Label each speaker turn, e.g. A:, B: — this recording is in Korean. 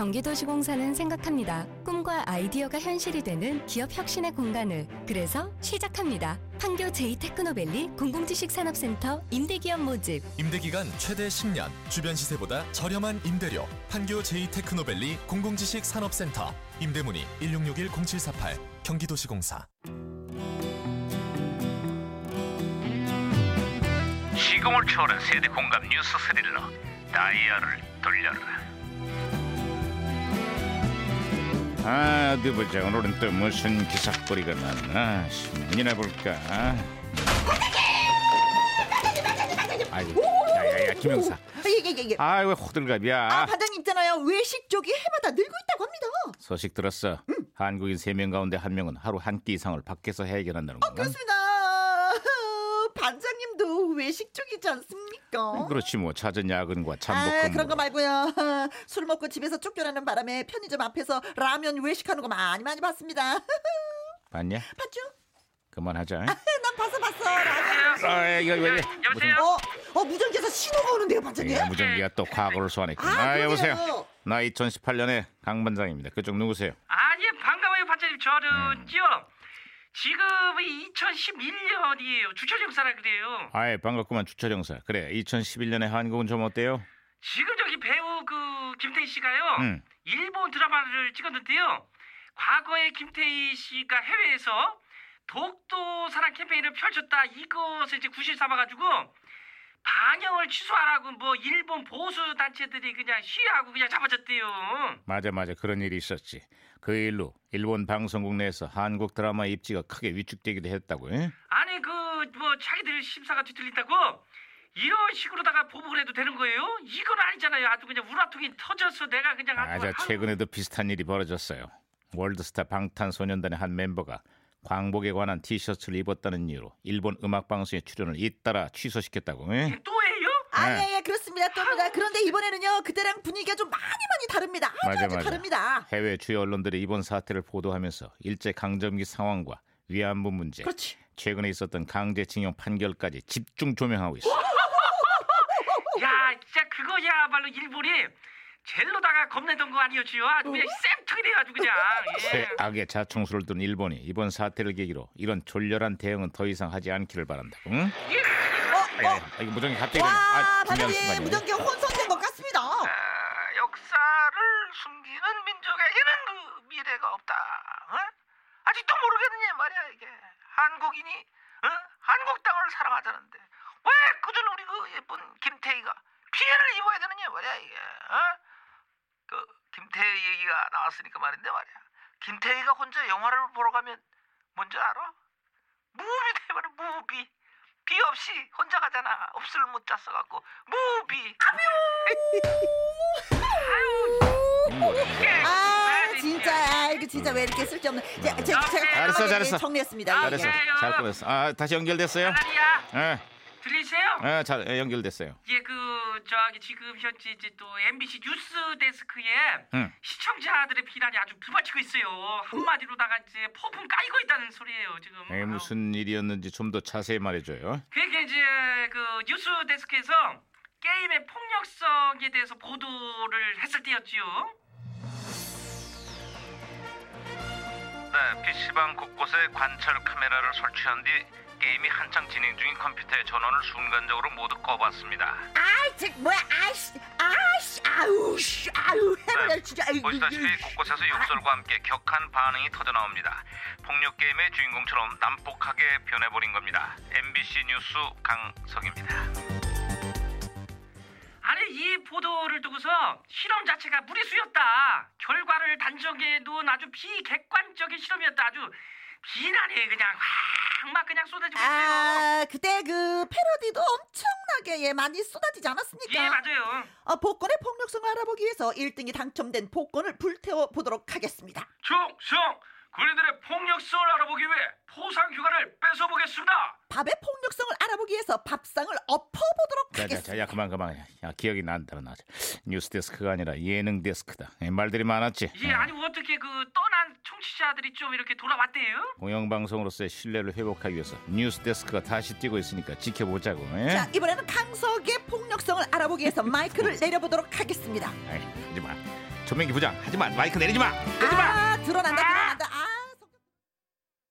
A: 경기도시공사는 생각합니다. 꿈과 아이디어가 현실이 되는 기업 혁신의 공간을 그래서 시작합니다. 판교 제이테크노밸리 공공지식산업센터 임대기업 모집
B: 임대기간 최대 10년, 주변 시세보다 저렴한 임대료, 판교 제이테크노밸리 공공지식 산업센터, 임대문의 1661-0748, 경기도시공사.
C: 시공을 초월한 세대 공감 뉴스 스릴러 다이얼을 돌려라
D: 아, 어디 보자. 오늘은 또 무슨 기사거리가 났나? 신문이나 볼까? 아이고, 야야야, 김영사.
E: 예예예 예.
D: 아이고, 호들갑이야.
E: 아, 반장님 있잖아요. 외식 쪽이 해마다 늘고 있다고 합니다.
D: 소식 들었어. 한국인 세 명 가운데 한명은 하루 한 끼 이상을 밖에서 해결한다는
E: 어,
D: 거야.
E: 그렇습니다. 반장님도 외식 쪽이지 않습니까?
D: 그렇지 뭐 찾은 야근과 잠복근무. 뭐.
E: 아, 그런 거 말고요. 술 먹고 집에서 쫓겨나는 바람에 편의점 앞에서 라면 외식하는 거 많이 많이 봤습니다.
D: 봤냐?
E: 봤죠?
D: 그만하자.
E: 난 봤어 봤어. 라면.
D: 아, 이거 왜? 무슨
C: 여보세요?
E: 어, 어 무전기에서 신호가 오는데요, 반장님?
D: 야, 예, 무전기가 또 과거를 소환했구나.
E: 아, 그러네요.
D: 여보세요. 나 2018년에 강반장입니다. 그쪽 누구세요?
C: 아예 반가워요 반장님 저는요 지금이 2011년이에요 주철형사라 그래요
D: 아이 반갑구만 주철 형사. 그래 2011년에 한국은 좀 어때요?
C: 지금 저기 배우 그 김태희 씨가요
D: 음.
C: 일본 드라마를 찍었는데요 과거에 김태희 씨가 해외에서 독도 사랑 캠페인을 펼쳤다 이것을 이제 구실 삼아가지고 방영을 취소하라고 뭐 일본 보수 단체들이 그냥 시위하고 그냥 잡아줬대요
D: 맞아 맞아 그런 일이 있었지. 그 일로 일본 방송국 내에서 한국 드라마 입지가 크게 위축되기도 했다고. 예?
C: 아니 그 뭐 자기들 심사가 뒤틀린다고 이런 식으로다가 보복을 해도 되는 거예요? 이건 아니잖아요. 아주 그냥 우라통이 터져서 내가 그냥
D: 맞아
C: 아주 아유,
D: 최근에도 비슷한 일이 벌어졌어요. 월드스타 방탄소년단의 한 멤버가 광복에 관한 티셔츠를 입었다는 이유로 일본 음악 방송에 출연을 잇따라 취소시켰다고. 예?
C: 또예요?
E: 아,
D: 네.
E: 예, 예, 그렇습니다. 또입니다. 그런데 이번에는요, 그때랑 분위기가 좀 많이 많이 다릅니다. 아주
D: 맞아,
E: 아주
D: 맞아.
E: 다릅니다.
D: 해외 주요 언론들이 이번 사태를 보도하면서 일제 강점기 상황과 위안부 문제,
E: 그렇지.
D: 최근에 있었던 강제징용 판결까지 집중 조명하고 있어.
C: 야 진짜 그거야말로 일본이 젤로다가 겁내던 거 아니었지요? 아주 그냥 쌤통이래 아주 그냥. 예.
D: 최악의 자충수를 둔 일본이 이번 사태를 계기로 이런 졸렬한 대응은 더 이상 하지 않기를 바란다. 응?
E: 어, 어.
D: 아, 이거 무전기 갑자기
E: 와,
D: 중요한
E: 반장님
D: 순간이네.
E: 무전기 혼선된 것 같습니다.
C: 아, 역사를 숨기는 민족에게는 그 미래가 없다. 어? 아직도 모르겠느냐 말이야 이게 한국인이 어? 한국 땅을 사랑하자는데 왜 그전 우리 그 예쁜 김태희가 피해를 입어야 되느냐 말이야 이게. 어? 그 김태희 얘기가 나왔으니까 말인데 말이야. 김태희가 혼자 영화를 보러 가면 뭔지 알아? 무비 돼버려 무비. 비 없이 혼자 가잖아. 없을 못 잤어 갖고 무비.
E: 아 진짜 아 이거 진짜 왜 이렇게 쓸데없는 제, 제, 제가
D: 잘했어,
E: 깔끔하게
D: 잘했어.
E: 정리했습니다
C: 아,
E: 예,
D: 잘했어,
E: 예.
C: 예,
D: 잘
C: 예.
D: 끊었어. 아 다시 연결됐어요?
C: 아니야
D: 예,
C: 들리세요?
D: 예, 잘 예, 연결됐어요.
C: 예, 그 저기 지금 현재 이제 또 MBC 뉴스 데스크에
D: 응.
C: 시청자들의 비난이 아주 두발치고 있어요. 한마디로다가 이제 폭풍 까이고 있다는 소리예요 지금.
D: 예, 무슨 일이었는지 좀 더 자세히 말해줘요.
C: 그게 이제 그 뉴스 데스크에서 게임의 폭력성에 대해서 보도를 했을 때였지요.
F: 네, PC방 곳곳에 관찰 카메라를 설치한 뒤 게임이 한창 진행 중인 컴퓨터의 전원을 순간적으로 모두 꺼봤습니다.
E: 아이 제 뭐야 아이씨 아이씨 아우씨 아우 해버려 진짜 아이고,
F: 보시다시피
E: 아이고.
F: 곳곳에서 욕설과 함께 격한 반응이 터져나옵니다. 폭력 게임의 주인공처럼 난폭하게 변해버린 겁니다. MBC 뉴스 강석입니다.
C: 아니 이 보도를 두고서 실험 자체가 무리수였다. 결과를 단정해 놓은 아주 비객관적인 실험이었다. 아주 비난이 그냥 확 막 그냥 쏟아지고 있어요.
E: 아 그때 그 패러디도 엄청나게 예 많이 쏟아지지 않았습니까
C: 예 맞아요.
E: 어, 복권의 폭력성을 알아보기 위해서 1등이 당첨된 복권을 불태워 보도록 하겠습니다
C: 충성 군인들의 폭력성을 알아보기 위해 포상 휴가를 뺏어보겠습니다.
E: 밥의 폭력성을 알아보기 위해서 밥상을
D: 자,
E: 엎어보도록
D: 자, 자,
E: 하겠습니다
D: 야 그만 그만. 야 기억이 난다 나. 뉴스 데스크가 아니라 예능 데스크다. 예, 말들이 많았지.
C: 예 아니 어떻게 그 떠난 청취자들이 좀 이렇게 돌아왔대요?
D: 어, 공영방송으로서의 신뢰를 회복하기 위해서 뉴스 데스크가 다시 뛰고 있으니까 지켜보자고. 예?
E: 자 이번에는 강석의 폭력성을 알아보기 위해서 마이크를 내려보도록 하겠습니다
D: 아이, 하지 마. 전면기 부장 하지만 마이크 내리지 마.
E: 아, 드러난다, 드러난다.